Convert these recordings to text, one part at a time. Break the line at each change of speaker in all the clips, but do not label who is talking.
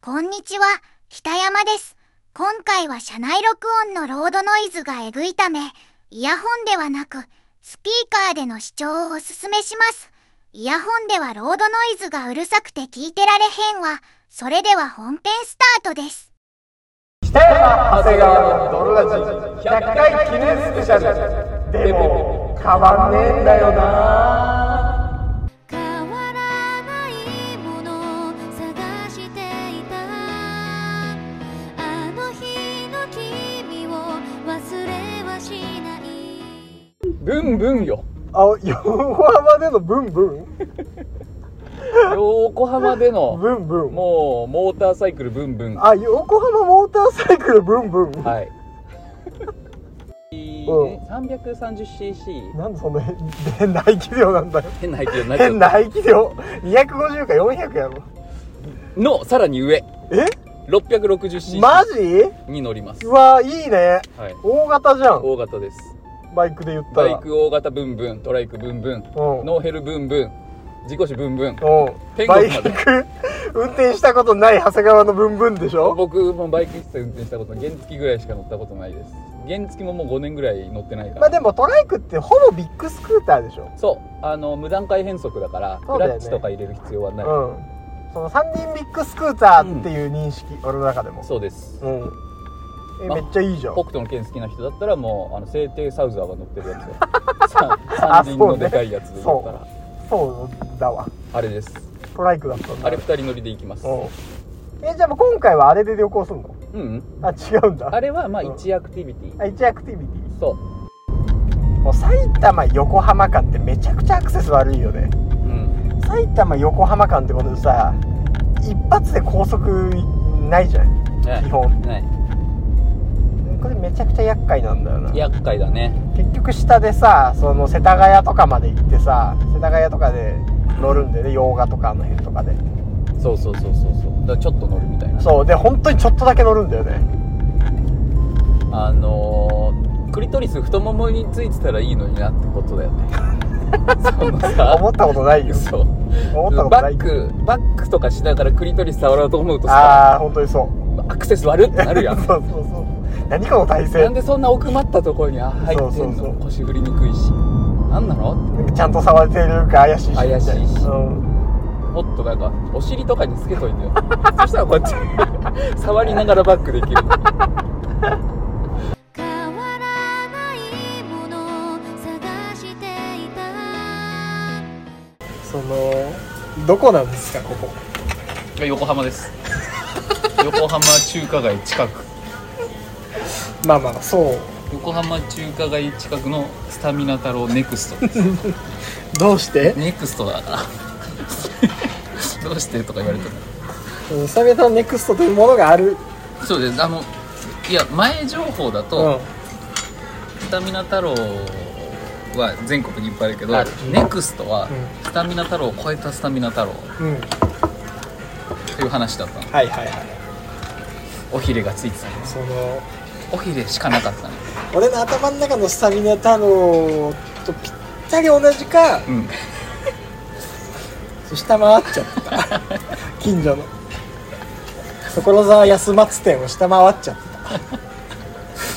こんにちは、北山です。今回は車内録音のロードノイズがえぐいため、イヤホンではなく、スピーカーでの視聴をおすすめします。イヤホンではロードノイズがうるさくて聞いてられへんわ。それでは本編スタートです。
北山長谷川の泥ラジ100回記念スペシャルでも変わんねえんだよな
変わらないもの探していたあの日の君を忘れはしない
ブンブ ンよ
あ横浜でのブンブン
横浜での
ブンブン
もうモーターサイクルブンブンは
あ横浜モーターサイクルブンブン、
いえ
うん
ー 330cc
なんでそんな変な排気量なんだよ
変な排気量になっちゃ
変
っ
な排気量250か400やろ
たのさらに上
え
660cc
マジ
に乗ります
う、わいいね
はい、
大型じゃん
大型です
バイクで言った
バ
ら
イク大型ブンブントライクブンブン
うん
ノーヘルブンブン事故死ブンブン
うん
天国
バ
ま
イ
で
ク運転したことない長谷川のブンブンでしょ
僕もバイク一切運転したことない原付ぐらいしか乗ったことないです原付ももう5年ぐらい乗ってないから
まあでもトライクってほぼビッグスクーターでしょ
そうあの無段階変速だから
そう
ク
だよね
ラッチとか入れる必要は
う
ない、
んその3人ビッグスクーターっていう認識、俺の中でも
そうです
うんえ
ま
めっちゃいいじゃん
北斗の剣好きな人だったらもうあの聖帝サウザーが乗ってるやつよさ 三輪のでかいやつで言ったら、
そうだわ
あれです
トライクだったんだ
あれ二人乗りで行きます
うんえじゃあもう今回はあれで旅行すんの
うんうん
あ違うんだ
あれはまあ
うん
一アクティビティ、
あ一アクティビティ
そう
もう埼玉横浜間ってめちゃくちゃアクセス悪いよね
うん
埼玉横浜間ってことでさ一発で高速ないじゃん
ね
基本
ね
これめちゃくちゃ厄介なんだよな
厄介だね
結局下でさその世田谷とかまで行ってさ世田谷とかで乗るんでね洋画とかあの辺とかで
そうそうそうそうそうだからちょっと乗るみたいな
そうで本当にちょっとだけ乗るんだよね
あのークリトリス太ももについてたらいいのになってことだよ ねそのさ
思ったことないよ
そう
思ったことな
バ
い
ックバックとかしながらクリトリス触ろうと思うとさ
ああ本当にそう
アクセス悪ってなるやん
そうそう そう何この体
な
勢
んでそんな奥まったところにあ入ってんの
そうそうそう
腰振りにくいしなんなの
ちゃんと触れてるか怪しいし
怪しいし
うん、
もっとなんかお尻とかにつけといてよ そしたらこうやって 触りながらバックできる
変わらないもの探していた
そのどこなんですかここ
横浜です 横浜中華街近く
まあまあそう
横浜中華街近くのスタミナ太郎ネクスト
どうして
ネクストだから どうしてとか言われても
スタミナのネクストというものがある
そうですあのいや前情報だと、スタミナ太郎は全国にいっぱいあるけど
ある
ネクストは
う
スタミナ太郎を超えたスタミナ太郎
うん、うん、
という話だったの
はいはいはい
おひれがついてたの
その
おひれしかなかったの
俺の頭の中のスタミナ太郎とぴったり同じか
うん
下回っちゃった 近所の所沢安松店を下回っちゃった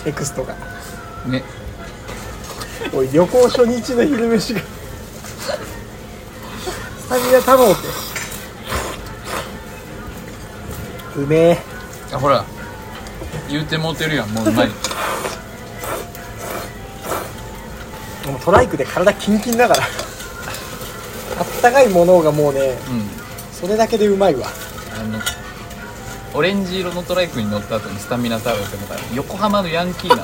ネクストが
ね
おい旅行初日の昼飯がスタミナ太郎ってうめえ
あほら言うてもうてるやんも ううまい
もうトライクで体キンキンだからあったかいものがもうね
うん
それだけでうまいわ
あのオレンジ色のトライクに乗った後にスタミナ太郎ってのが横浜のヤンキーなの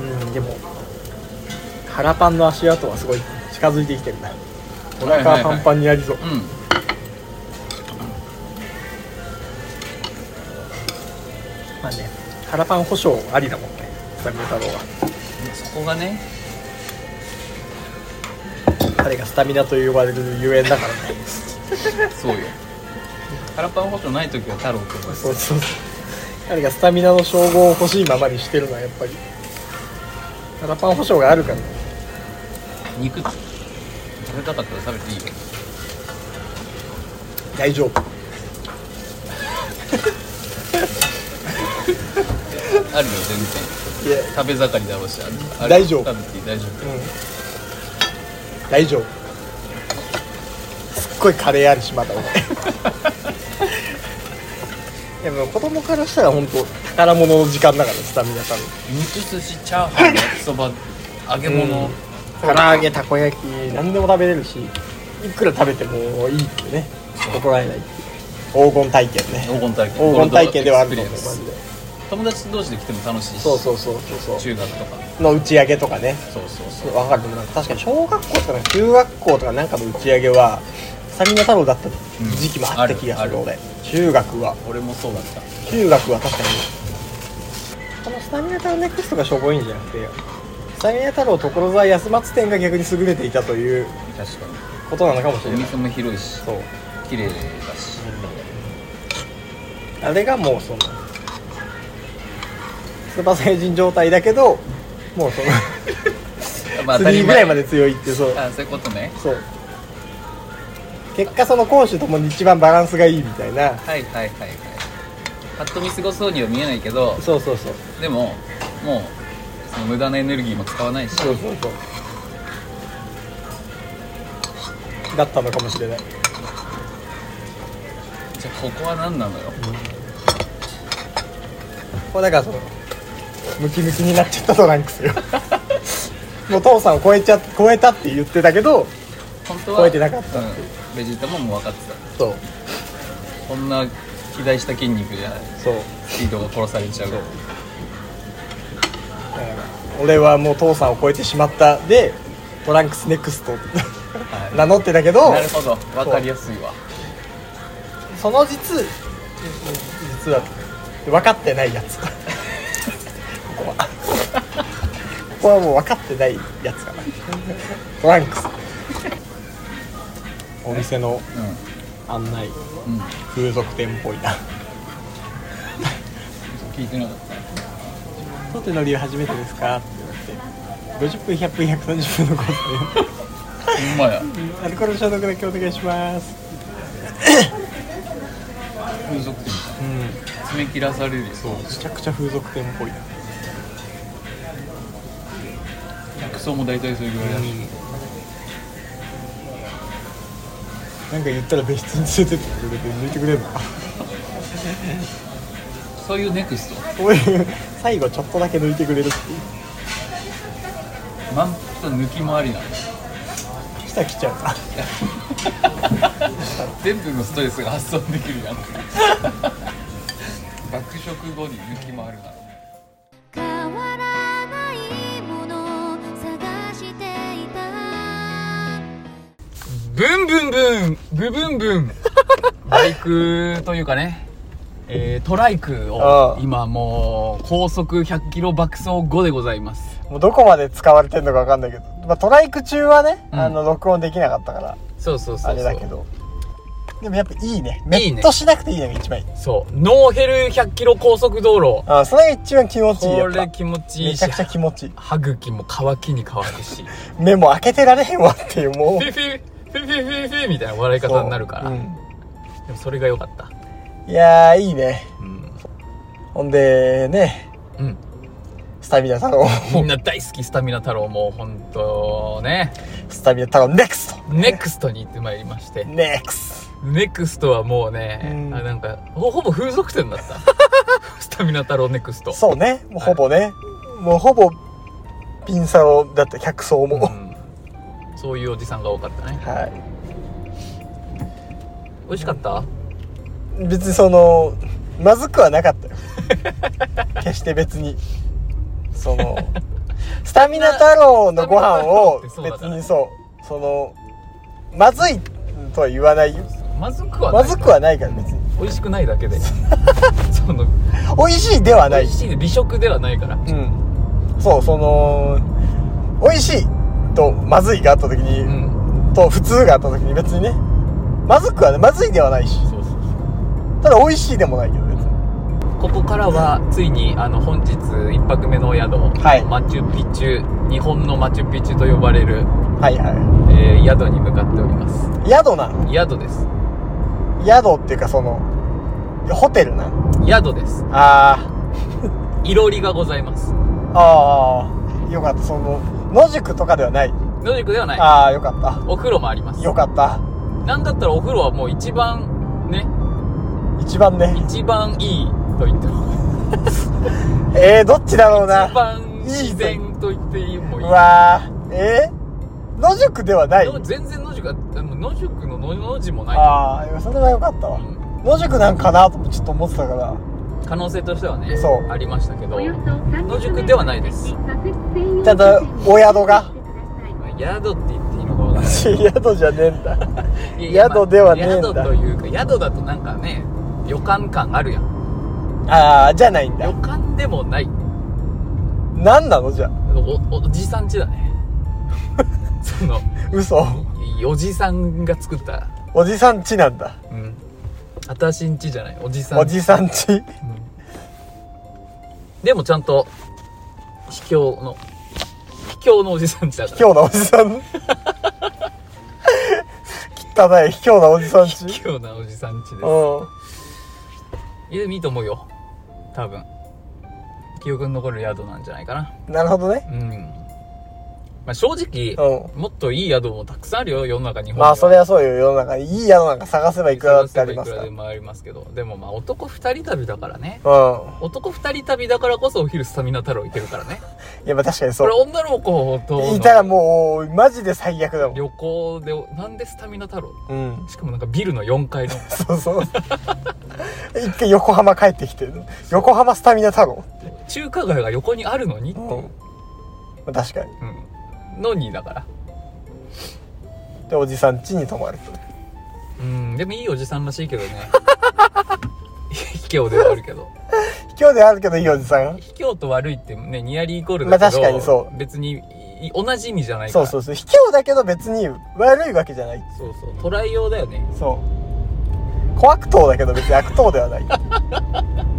うんでも腹パンの足跡はすごい近づいてきてるな お
はい
腹
は
はい
はい
パンパンにありそう、
うん
まあね腹パン保証ありだもんね三郎太郎は
そこがね
彼がスタミナと呼ばれるゆえんだからね
そうよ腹パン保証ない時は太郎って呼ばれて
そうそうそう彼がスタミナの称号を欲しいままにしてるのはやっぱり腹パン保証があるからね
肉食べたかったら食べていいよ
大丈夫
あるよ全
い
然
や
食べ盛りだろうしあある
大丈夫
食べていい大丈夫
大丈夫すっごいカレーあるしまだ 俺いやもう子供からしたら本当宝物の時間だからスタミナさん
肉寿司チャーハン焼きそば揚げ物、
うん唐揚げたこ焼き何でも食べれるしいくら食べてもいいってね怒られないっていう黄金体験ね
黄金体験
黄金体験ではあると思う
ゴー
マ
ルドエクスペ
ジで
リエンス友達同士で来ても楽しいし
そうそうそうそうそ
中学とか
うの打ち上げとかね
そうそうそう
わかるでもなんか確かに小学校とか中学校とかなんかの打ち上げはスタミナ太郎だった時期もあった気がする、
うんある
俺中学は
俺もそうだった
中学は確かにこのスタミナ太郎ネクストがしょぼいんじゃなくてスタミナ太郎所沢安松店が逆に優れていたという
確か
ことなのかもしれ
にお
ない
店も広いし
そう
綺麗だし
あれがもうそのスーパーサイジン状態だけどもうその
まあ当たり
3ぐ
前
らいまで強いってそう
あそういうことね
そう結果その攻守ともに一番バランスがいいみたいな
はいはいはいはいパッと見過ごそうには見えないけど
そうそうそう
でももうその無駄なエネルギーも使わないし
そうそうそうだったのかもしれない
じゃあここは何なのよ
これだからそのムキムキになっちゃったトランクス よもう父さんを超えちゃ超えたって言ってたけど
本当は
超えてなかった
うん、ベジータももう分かって
そう
たこんな肥大した筋肉じゃない
そう
スピードが殺されちゃう
だから俺はもう父さんを超えてしまったでトランクスネクスト
はい
名乗ってたけど
なるほど分かりやすいわ
その実実は分かってないやつここはここはもう分かってないやつかなトランクスお店の
う
案内
ん、うん、
風俗店っぽいな
聞いてなかっ
「当店の理由初めてですか?」って言われて50分100分130分のコースで
たほんまや
「アルコール消毒だけお願いします
風俗店」
うん
爪切らされるよ
そうめちゃくちゃ風俗店っぽいな
服装も大体それぐらいだし、
なんか言ったら別室に連れてってくれて抜いてく れるのか
そういうネクスト
そういう最後ちょっとだけ抜いてくれるっていう
満腹と抜きもありなの
来た来ちゃうな
全部のストレスが発散でき るやん爆食後に抜きもあるな
変わらないもの探していた
ブンブンブンブブン ブンバイクというかね、えートライク
あ
を
あ
今もう高速100キロ爆走後でございます
もうどこまで使われてるのかわかんないけど、まあ、トライク中はね、
うん
あの録音できなかったから
そうそうそうそう
あれだけどでもやっぱいいね
いいね
メットしなくていいのが一番いい
そうノーヘル100キロ高速道路
あそれが一番気持ちいい
こ
やっぱ
れ気持ちいい
め
し
ちゃくちゃ気持ちいい
歯茎も乾きに乾くし
目も開けてられへんわっていうも
フ
う
ィフィフィフィフィフィみたいな笑い方になるから、
うん
でもそれが良かった
いやーいいね
うん、
ほんでね
うん、
スタミナ太郎
みんな大好きスタミナ太郎も本当ね
スタミナ太郎ネクスト
ネクストに行ってまいりまして
ネクス
ネクストはもうね、
うん
あなんかほほぼ風俗店だった スタミナ太郎ネクスト
トそうねもうほぼねもうほぼピンサロだって客層も、
うんそういうおじさんが多かったね
は
美味しかった
い別にそのまずくはなか ったよ決して別にそのスタミナ太郎のご飯を
スタミナ太郎ってそうだ
別
から
にそうそのまずいとは言わないよ
まずくはない
まずくはないから別に
美味しくない だけでその
美味しいでは
美
ない
味しい美食ではないから
うんそうその美味しいとまずいがあった時に、
うん
と普通があった時に別にねまずくはねまずいではないし
そうそうそう
ただ美味しいでもないけど別に
ここからはついにあの本日一泊目のお宿、
はい
マチュピチュ日本のマチュピチュと呼ばれる、
はいは
えー宿に向かっております
い宿なの
宿です
宿っていうかそのやホテルな
宿です
あ
いろりがございます
ーあーよかったその野宿とかではない、
野宿ではない
ああよかっ
お風呂もありま
た
す
よかった
なんだったらお風呂はもう一番ね
一番ね
一番いいと言っても
えー、どっちだろう
一
な
番自然と言ってもいいう
わーえー、野宿ではない
でも全然野宿がでも野宿の野の字もない
ああそれはよかったわ
うん
野宿なんかなともちょっと思ってたから
可能性としてはね
そう
ありましたけど
およそ300
宿野宿ではないです
ただお宿が
って言っていいのかわからない
宿じゃねえんだ
いや
宿ではねえんだ
宿というか宿だとなんかね旅館感あるやん
ああじゃないん
旅
だ
館でもない
何なのじゃあ
おおじさんちだねその
嘘
おじさんが作った
おじさんちなんだ
うん私んちじゃないおじさん
おじさんち
でもちゃんと秘境の秘境のおじさんちだから
卑怯なおじさん汚い卑怯なおじさんち
卑怯なおじさんちで
う
すいやでもいいと思うよ多分記憶に残る宿なんじゃないかなん
なるほどね
うんまあ正直
う
もっといい宿もたくさんあるよ世の中に
まあそりゃそうよ世の中にいい宿なんか探せばいくらだってあります
いく
から
でもありますけどでもまあ男二人旅だからね
らうん
男二人旅だからこそお昼スタミナ太郎行けるからね
いやまあ確かにそ
これ
う
女の子との
いたらもうマジで最悪だもん
旅行でなんでスタミナ太郎
うん
しかもなんかビルの4階の
そうそう一回横浜帰ってきて横浜スタミナ太郎
中華街が横にあるのにって
う
い
ん
う、
まあ確かに
うんのにだから
でおじさん家に泊まる
うんでもいいおじさんらしいけどね卑怯ではあるけど
卑怯ではあるけどいいおじさん
卑怯と悪いってねニアリーイコールだけど、
まあ確かにそう
別にい同じ意味じゃないか
そう
ら
そうそう卑怯だけど別に悪いわけじゃない
そうそうトライ用だよね
そう小悪党だけど別に悪党ではない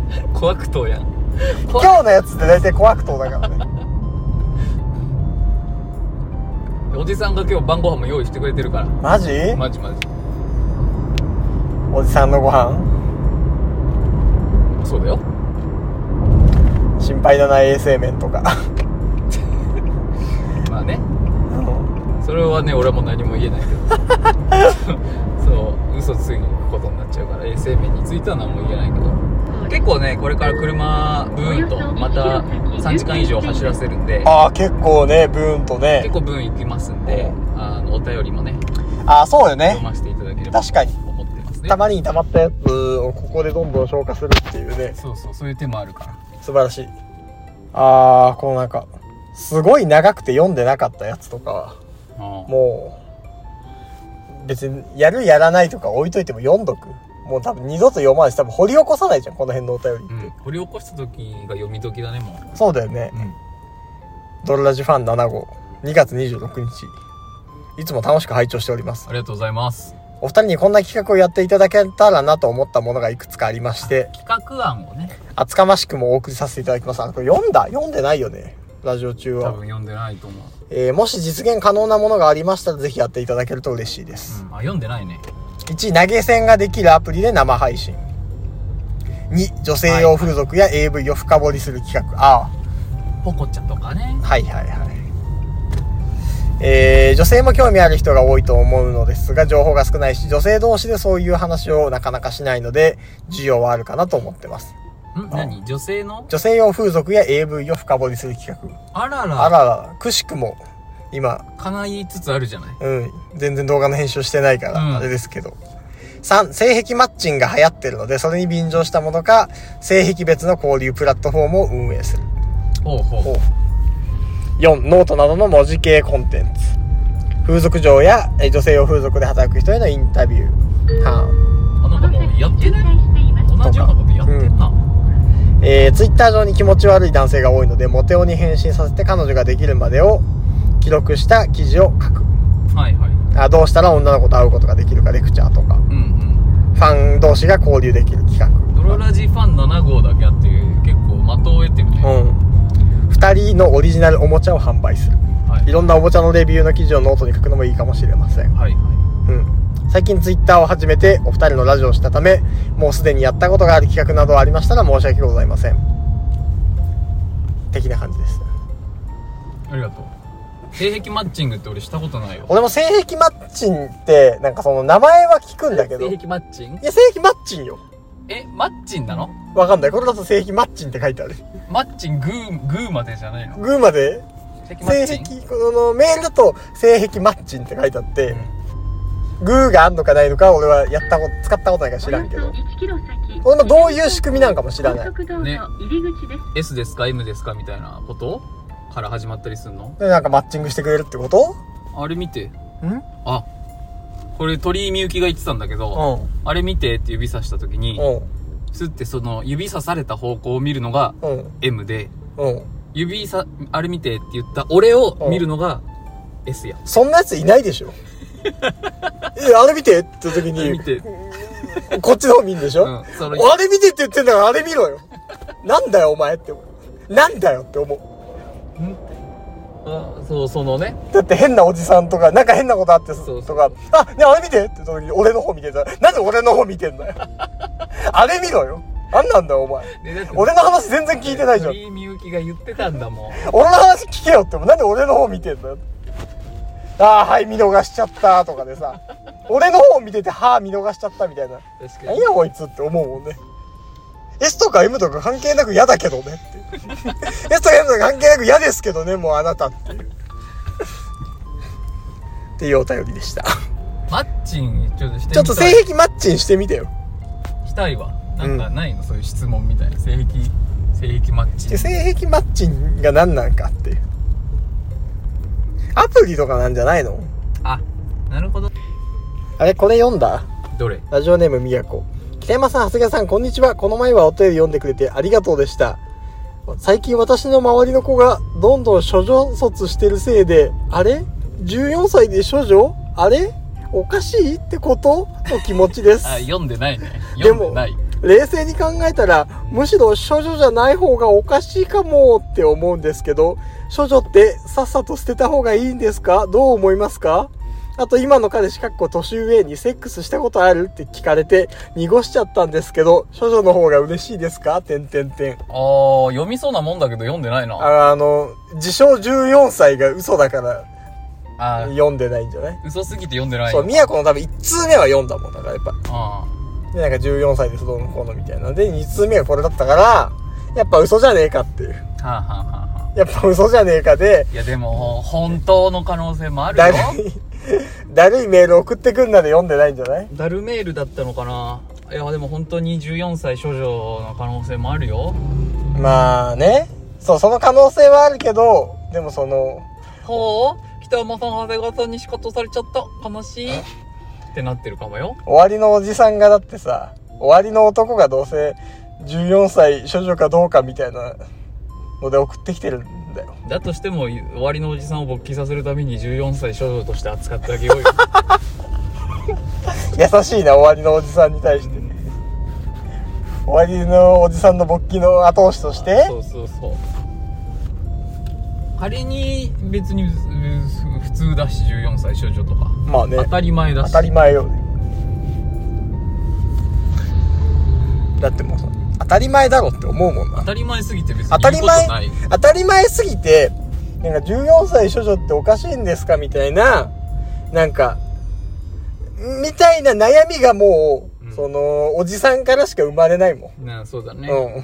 卑
小悪党やん怖
怯なやつって大体小悪党だからね
おじさんが今日晩ご飯も用意してくれてるから
マジ
マジマジ
おじさんのご飯
そうだよ
心配だな衛生面とか
まあねそれはね俺も何も言 えないけどそう嘘つくことになっちゃうから衛生面については何も言えないけど結構ねこれから車ブーンとまた3時間以上走らせるんで
ああ結構ねブーンと
結
ね
構ブーン行きますんであのお便りもね
ああそうよね
読ませていただければ
確かに
と思ってますね
たまに溜まったやつをここでどんどん消化するっていうね
そうそうそういう手もあるから
素晴らしいあーこのなんかすごい長くて読んでなかったやつとかは
ああ
もう別にやるやらないとか置いといても読んどくもう多分二度と読まないし多分掘り起こさないじゃんこの辺のお便
う
りっ
ん
て、
掘り起こした時が読み時だねも
そうだよね
う、うん、
ドルラジファン7号2月26日いつも楽しく拝聴しております
ありがとうございます
お二人にこんな企画をやっていただけたらなと思ったものがいくつかありまして
企画案をね
厚かましくもお送りさせていただきますあこれ読んだ読んでないよねラジオ中
多
は
分読んでないと思う、
えーもし実現可能なものがありましたらぜひやっていただけると嬉しいです、
うん、あ読んでないね
1位投げ銭ができるアプリで生配信2女性用風俗や AV を深掘りする企画、あ
ポコちゃんとかね
あはいはいはいえー女性も興味ある人が多いと思うのですが情報が少ないし女性同士でそういう話をなかなかしないので需要はあるかなと思ってます
ん何女性の
女性用風俗や AV を深掘りする企画
あらら
あららくしくも今
叶いつつあるじゃない
うん、全然動画の編集してないか
うん
ら、あれですけど。3、性癖マッチングが流行ってるので、それに便乗したものか、性癖別の交流プラットフォームを運営する。
ほうほう
ほう4、ノートなどの文字系コンテンツ。風俗嬢やえ女性用風俗で働く人へのインタビュー。は
あなんかもうやってない
い
同じようなことやってんな、
いえー、ツイッター上に気持ち悪い男性が多いので、モテ男に返信させて彼女ができるまでを記録した記事を書く。
はいはい
あどうしたら女の子と会うことができるかレクチャーとか。
うん
ファン同士が交流できる企画。
うんドロラジファン7号だけあって結構的を得てるね、
うん、2人のオリジナルおもちゃを販売する
はい
いろんなおもちゃのレビューの記事をノートに書くのもいいかもしれません、
はいはい
うん、最近ツイッターを始めてお二人のラジオをしたためもうすでにやったことがある企画などありましたら申し訳ございません的な感じです
ありがとう性癖マッチングって俺したことない よ
俺も性癖マッチンってなんかその名前は聞くんだけど
性
い
癖マッチング
や性癖マッチンよ
えマッチンなの
わかんないこれだと性癖マッチンって書いてある
マッチングーグーまでじゃないの
群馬で
性癖マ
性
ッチン
癖このメールだと性癖マッチンって書いてあってグーがあんのかないのか俺はやったこと使ったことないから知らんけど俺もどういう仕組みなんかも知らない
ね S ですか M ですかみたいなことから始まったりするの
でなんかマッチングしてくれるってこと
あれ見て
んうん
あこれ鳥居みゆきが言ってたんだけど、あれ見てって指さした時に、
うん
スってその指さされた方向を見るのが
うん
M で
うん
指さあれ見てって言った俺を見るのが S や
そんなやついないでし ょえあれ見てって時
あれ見
に
て、
こっちの方見んでしょ、
うん、その
あれ見てって言ってんだからあれ見ろよ。なんだよお前って思う。なんだよって思
あそうそのね
う。だって変なおじさんとか、なんか変なことあってす
そうそう
とか、あ、ねあれ見てって言った時に俺の方見てたら、なんで俺の方見てんだよ。 あれ見ろよ。なんなんだよお前。
でだって
俺の話全然聞いてないじゃん。
鳥居みゆきが言ってたんだもん
俺の話聞けよって思う。なんで俺の方見てんだよ。ああ、はい、見逃しちゃったとかでさ。俺の方見てて、はあ、見逃しちゃったみたいな。
確か
何
に
やこいつって思うもんね S とか M とか関係なく嫌だけどねって いう S とか M とか関係なく嫌ですけどねもうあなたっていうっていうお便りでした
マッチンちょっとしてみたい
ちょっと性癖マッチンしてみてよ
したいわなんかないの、そういう質問みたいな性癖性癖マッチン
で性癖マッチンが何なんかっていうアプリとかなんじゃないの
あなるほど
あれこれ読んだ
どれ
ラジオネームみやこ北山さん長谷川さんこんにちはこの前はお便り読んでくれてありがとうでした最近私の周りの子がどんどん処女卒してるせいであれ14歳で処女あれおかしいってことの気持ちで す
あ読んでないね
で
読ん
も
でない
冷静に考えたらむしろ処女じゃない方がおかしいかもって思うんですけど処女ってさっさと捨てた方がいいんですかどう思いますかあと今の彼氏かっこ年上にセックスしたことあるって聞かれて濁しちゃったんですけど処女の方が嬉しいですかてんてんてん
あー読みそうなもんだけど読んでないな
ああの自称14歳が嘘だから
あー
読んでないんじゃない
嘘すぎて読んでない
そう
の
宮古の多分1通目は読んだもんだからやっぱ
あ
で、なんか14歳でどうのこうのみたいな。で、2通目がこれだったから、やっぱ嘘じゃねえかっていう。
ーはあはあはあはあ
やっぱ嘘じゃねえかで、
いやでも本当の可能性もあるよ
だるい、 だるいメール送ってくんなで読んでないんじゃない
ダルメールだったのかないやでも本当に14歳少女の可能性もあるよ
まあね。そう、その可能性はあるけど、でもその、
ほう北山さん長谷川さんに仕方されちゃった悲しいってなってるかもよ
終わりのおじさんがだってさ、終わりの男がどうせ14歳処女かどうかみたいなので送ってきてるんだよ。
だとしても終わりのおじさんを勃起させるために14歳少女として扱ってあげよ うよ
優しいな終わりのおじさんに対して終わりのおじさんの勃起の後押しとして
そうそうそう仮に別にうん普通だし14歳少女とか
まあね
当たり前だ
当
した
り前よだってもうさ当たり前だろって思うもん
当
な
たり前すぎて別に
当た
言う
り
ことな
前
い
当たり前すぎてなんか14歳処女っておかしいんですかみたいななんかみたいな悩みがもう、
うん
そのおじさんからしか生まれないもん
なあそうだね、
うん
うん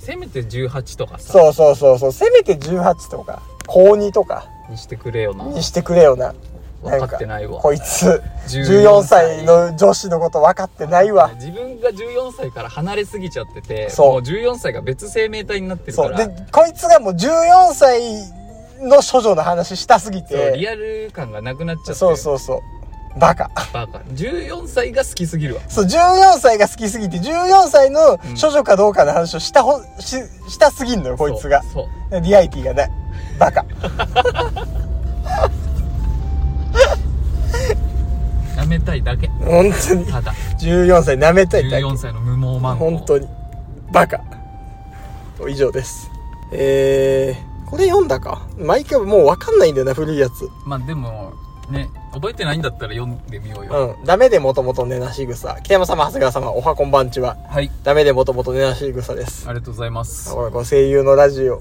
せめて18とかさ
そうそうそうそうせめて18とか高2とか
にしてくれよな
にしてくれよな。
分かってないわ
こいつ、14
14
歳の女子のこと分かってないわ。
自分が14歳から離れすぎちゃってて
そう
もう14歳が別生命体になってるか
そう。
ら
で、こいつがもう14歳の処女の話したすぎ
そうリ
て。
アル感がなくなっちゃって
そうそうそう。バカ。
バカ14歳が好きすぎるわ
そう、14歳が好きすぎて、14歳の処女かどうかの話をしたほ、し、したすぎんのよ、こいつが。
そうそう
リアリティがない。バカ。
舐めたいだけ
本当に。
ただ
14歳舐めたいだけ。
14歳の無毛マンゴー
本当にバカ以上ですえー、これ読んだか毎回もう分かんないんだよな古いやつ
まあでもね覚えてないんだったら読んでみようよ、
うん。ダメでもともと寝なし草。北山様、長谷川様、おはこんばんちは。
はい
ダメでもともと寝なし草です。
ありがとうございます
ほら、こう声優のラジオ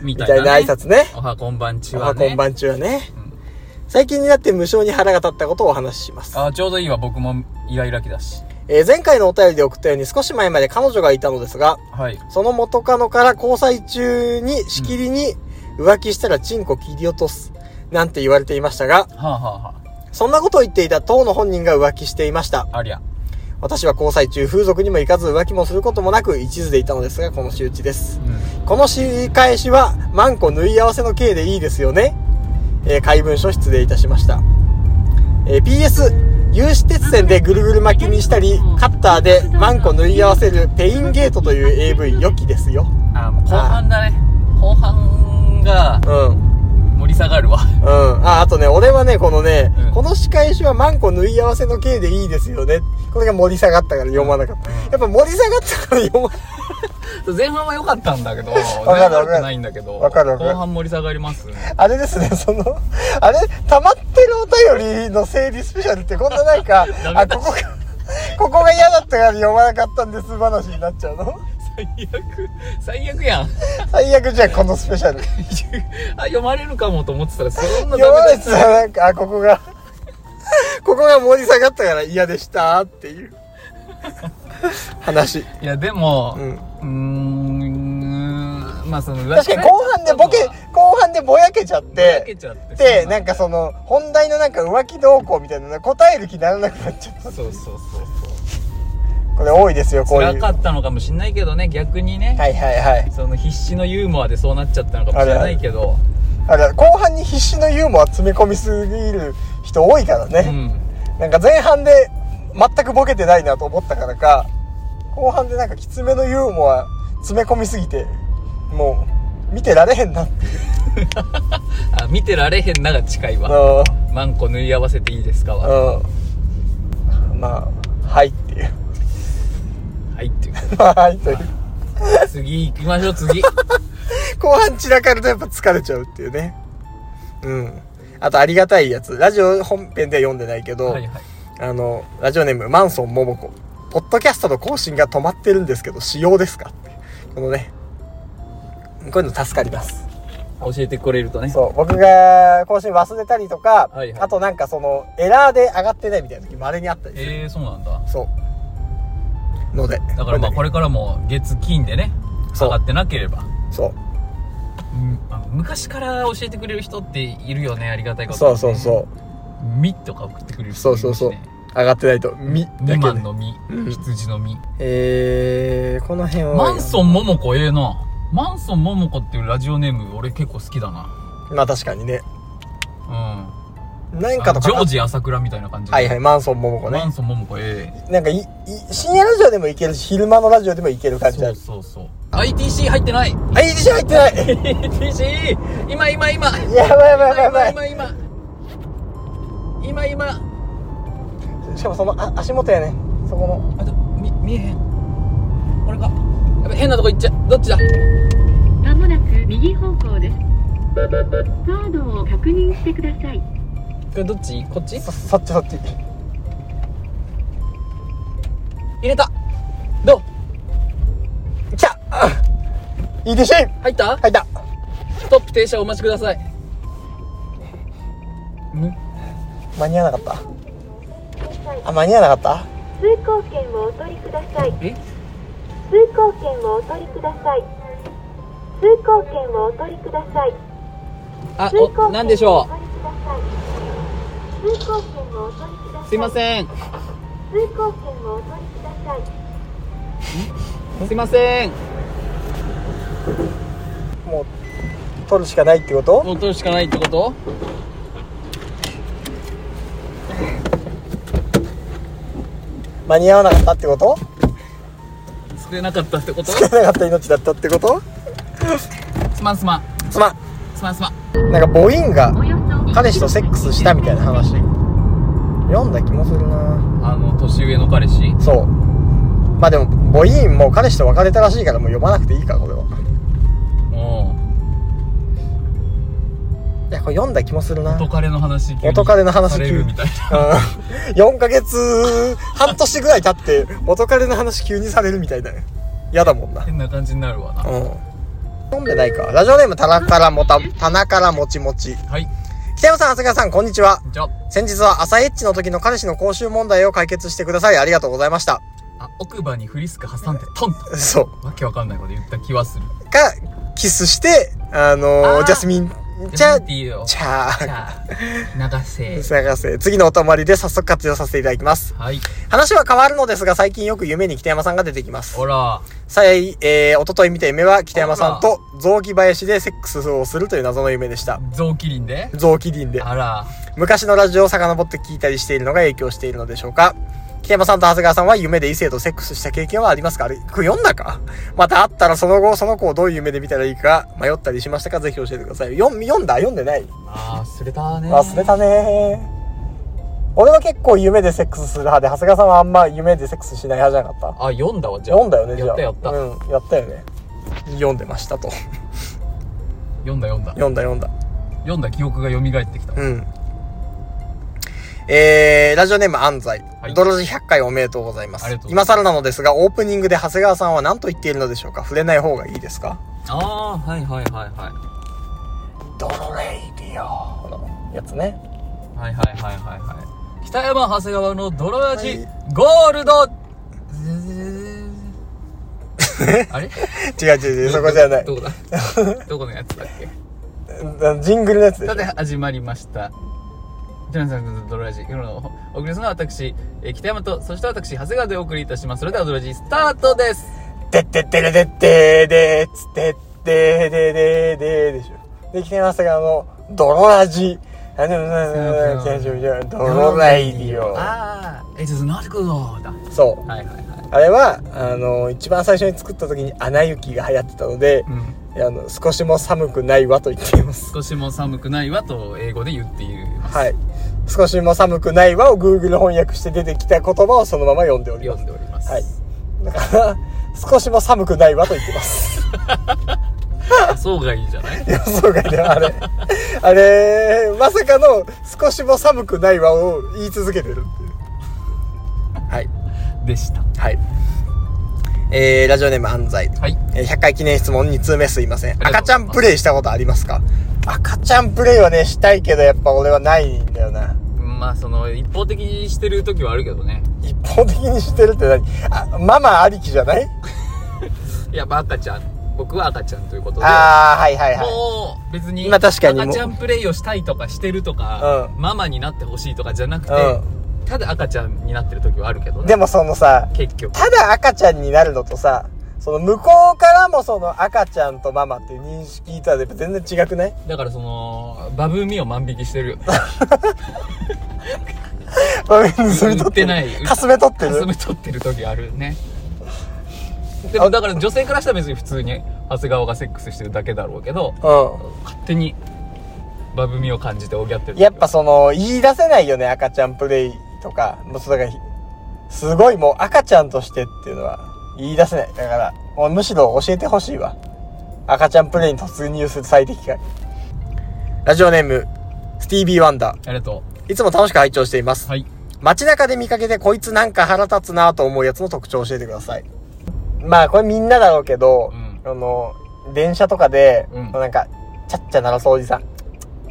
み
みたいな挨拶ね。
おはこんばんち
お
は
は
ね
こんばんちはね。
うん
最近になって無性に腹が立ったことをお話しします。
あーちょうどいいわ僕もイライラ気だし
えー前回のお便りで送ったように少し前まで彼女がいたのですが、
はい
その元カノから交際中にしきりに浮気したらチンコ切り落とす。なんて言われていましたが、
はあはあは
そんなことを言っていた当の本人が浮気していました。
あありゃ
私は交際中、風俗にも行かず浮気もすることもなく一途でいたのですが、この仕打ちです。この仕返しは、マンコ縫い合わせの刑でいいですよね。えー、怪文書失礼いたしました。えー PS、有刺鉄線でぐるぐる巻きにしたり、カッターでマンコ縫い合わせるペインゲートという AV 良きですよ。
あーもう後半だね後半が
うん。
盛り下がるわ
うん。あ、あとね、俺はね、このね、
うん
この仕返しはマンコ縫い合わせの刑でいいですよね。これが盛り下がったから読まなかった。やっぱ盛り下がったから読まな
前半は良かったんだけど
るわかる
全然悪くないんだけど
わかるわかる
後半盛り下がります ね、
あれですね、 その、あれ、溜まってるお便りの整理スペシャルってこんななんか
ダメ
あ、
だ
ここが、ここが嫌だったから読まなかったんです話になっちゃうの
最悪最悪やん
最悪じゃん、このスペシャル。
あ読まれるかもと思ってたらそんな
読ま
ダ
れ
メ
てたらなんか、あ、ここが、 ここが盛り下がったから嫌でしたっていう話。
いやでも
うん
うーんまあその
確かに後半でボケ、後半でぼやけちゃっ
ぼやけ
て、
ちゃって
で、なんかその、本題のなんか浮気動向みたいなの答える気にならなくなっちゃった。
そうそうそう
これ多いですよ、
そ
こ
う
ういう。
辛かったのかもしんないけどね逆にね、
はいはいはい。
その必死のユーモアでそうなっちゃったのかもしれないけど
あれ後半に必死のユーモア詰め込みすぎる人多いから
う
ね、
ん
なんか前半で全くボケてないなと思ったからか後半でなんかきつめのユーモア詰め込みすぎてもう見てられへんなって
あ見てられへんなが近いわ
の
マンコ縫い合わせていいですかは
うんまあはいっていう
はいっていう
まあはいという
次行きましょ う次
後半散らかるとやっぱ疲れちゃうっていうねうんあとありがたいやつラジオ本編では読んでないけど、
はいはい
あの、ラジオネーム、マンソン桃子。ポッドキャストの更新が止まってるんですけど、使用ですかってこのね、こういうの助かります。
教えてくれるとね
そう、僕が更新忘れたりとか、
はいはい
あとなんかその、エラーで上がってないみたいな時、稀にあったりする。
えー、そうなんだ
そう。ので。
だからまあこ
れ
れからも月金でね
そう
上がってなければ
だけ。そう。
うんあの昔から教えてくれる人っているよねありがたいこと
そうそうそう
「み」とか送ってくれる
う。
人
そ
も
う
いるし、ね、
そうそう。上がってないと、み、
ミ
だ
マ
けね。
ンの実、
うん
羊の実
えー、この辺は。
マンソン桃子ええなマンソン桃子っていうラジオネーム俺結構好きだな
まあ確かにね。
うん
なんかと
ジ
か
ョ
か
ージ朝倉みたいな感じで
はいはい、マンソン桃子ね。
マンソン桃子ええ
なんかいい深夜ラジオでもいけるし昼間のラジオでもいける感じ
そ
だ
うそうそう ITC 入ってない
あいいでしょ入ってない
ITC 今今今
やばいやばいやばいやば
今今今今今
いしかもそのあ足元やねそこの
あとみ見えへん俺かやべ変なとこ行っちゃうどっちだ
まもなく右方向です。カードを確認してください。
これどっちこっち
そそっちそっち
入れたどう
きゃあいいでしょ入
入った
った
ストップ停車お待ちくださいむ
間に合わなかったあ間に合わなかっ
通行券をお取りください
え
通行券をお取りください通行券をお取りください
あ
通行券を
お
お
何
取
で
り
しょ
ください通行券をお取りくださ
う
い
すいま
ん
せん
通行券をお取りください
すいません
たもう取るしかないってこと
もう取るしかないってこと
間に合わなかったってこと
作れなかったってこと
取れなかった命だったってこと
すまんすまん
すます
まんすまん
んなんか母音が
およそ
彼氏とセックスしたみたいな話読んだ気もするな
あの年上の彼氏
そうまあでも母音もう彼氏と別れたらしいからもう読まなくていいかこれは
おう
いやこれ読んだ気もするな
元彼の話急に
元彼の話
され
急
る
に
みたい
4ヶ月半年ぐらい経って元彼の話急にされるみたいだよ嫌だもんな
な変な感じになるわな
うん読んでないかラジオネーム棚からもた棚からもちもち
はい
北山さん長谷川さんこんにちは
じゃあ
先日は朝エッチの時の彼氏の講習問題を解決してくださいありがとうございました
あ奥歯にフリスク挟んでトンと
そう
わけわかんないこと言った気はする
かキスしてあのー
あー
ジャスミンちゃ
ジャスミンティーを
ちゃ
じゃあ流せ
探せ次のおたまりで早速活用させていただきます
はい
話は変わるのですが最近よく夢に北山さんが出てきます
ほら
最、えー、おととい見た夢は北山さんと雑木林でセックスをするという謎の夢でした。
雑キリンで
雑木林で。
あら
昔のラジオを遡って聞いたりしているのが影響しているのでしょうか。北山さんと長谷川さんは夢で異性とセックスした経験はありますかあれ、これ読んだかまたあったらその後、その子をどういう夢で見たらいいか迷ったりしましたかぜひ教えてください。読ん、読んだ読んでない
あー忘れたね
忘れたね俺は結構夢でセックスする派で、長谷川さんはあんま夢でセックスしない派じゃなかった
あ読んだわじゃあ
読んだよね、じゃ
や
あ。
ったやった、
うん、やったよね。読んでましたと。
読んだ読んだ
読んだ読んだ。
読んだ記憶が蘇ってきた、
うん。えー、ラジオネーム安西。
はい
ドロジ100回おめでとうございます。
ありがとうございま
今
す
更なのですが、オープニングで長谷川さんは何と言っているのでしょうか触れない方がいいですか
ああはいはいはいは
ドロレイディオのやつね。
いはいはいはいはいはい北山長谷川の泥ラジ、
はい
ゴー ルドあれ
違う違う違う、そこじゃない。
どこだどこのやつだっけ
ジングルのやつでし
さ
ょ
て始まりました。ジョナサンのドロラジ、今のお送りするのは私、えー北山と、そして私、長谷川でお送りいたします。それではドロラジ、スタートです
でってってれでってーでーつってってーでーでーでーでしょ。で、北山さんがあの、泥ラジ。あでもななな泥ライディオ。
ああ、え、ちょっとなってくるぞだ。
そう。
はいはいはい。
あれは、あの、一番最初に作った時に穴雪が流行ってたので、
うん。
あの、少しも寒くないわと言っています。
少しも寒くないわと、英語で言っている。
はい。少しも寒くないわを Google 翻訳して出てきた言葉をそのまま読んでおりま
読ん
す。
でおります。
はい。だから、少しも寒くないわと言ってます。
あそうがいいじゃない
予想外ではあれあれまさかの少しも寒くないわを言い続けてるっていうはい
でした。
はいえー、ラジオネーム安西、
はい。
えー100回記念質問2通目すいません
ありが
赤
とうご
ちゃ
ざいます
んプレイしたことありますか赤ちゃんプレイはねしたいけどやっぱ俺はないんだよな
まあ、その、一方的にしてる時はあるけどね。
一方的にしてるって何あママありきじゃない
いや、まあ赤ちゃん。僕は赤ちゃんということで。
ああはいはいはい
もう別に
まあ確かにもう
赤ちゃんプレイをしたいとかしてるとか、
う
ママになってほしいとかじゃなくて、
う
ただ赤ちゃんになってる時はあるけどね
でもそのさ
結局
ただ赤ちゃんになるのとさその向こうからもその赤ちゃんとママっていう認識とはやっぱ全然違くない
だからそのバブーミを万引きしてるよね
ごめん盗み取
売
ってる
ない
かすめ取って
かす
る
め取ってる時あるねでもだから女性からしたら別に普通に長谷川がセックスしてるだけだろうけど
う
勝手にバブーミを感じておぎゃってる
んやっぱその言い出せないよね赤ちゃんプレイとかもうそうだからすごいもう赤ちゃんとしてっていうのは言い出せないだからもうむしろ教えてほしいわ赤ちゃんプレイに突入する最適解ラジオネームスティービー・ワンダー
ありがと
いつも楽しく拝聴しています
うはい
街中で見かけてこいつなんか腹立つなと思うやつの特徴を教えてください。まあこれみんなだろうけど、
うん
あの、電車とかで、
うん
なんか、ちゃっちゃ鳴らすおじさん、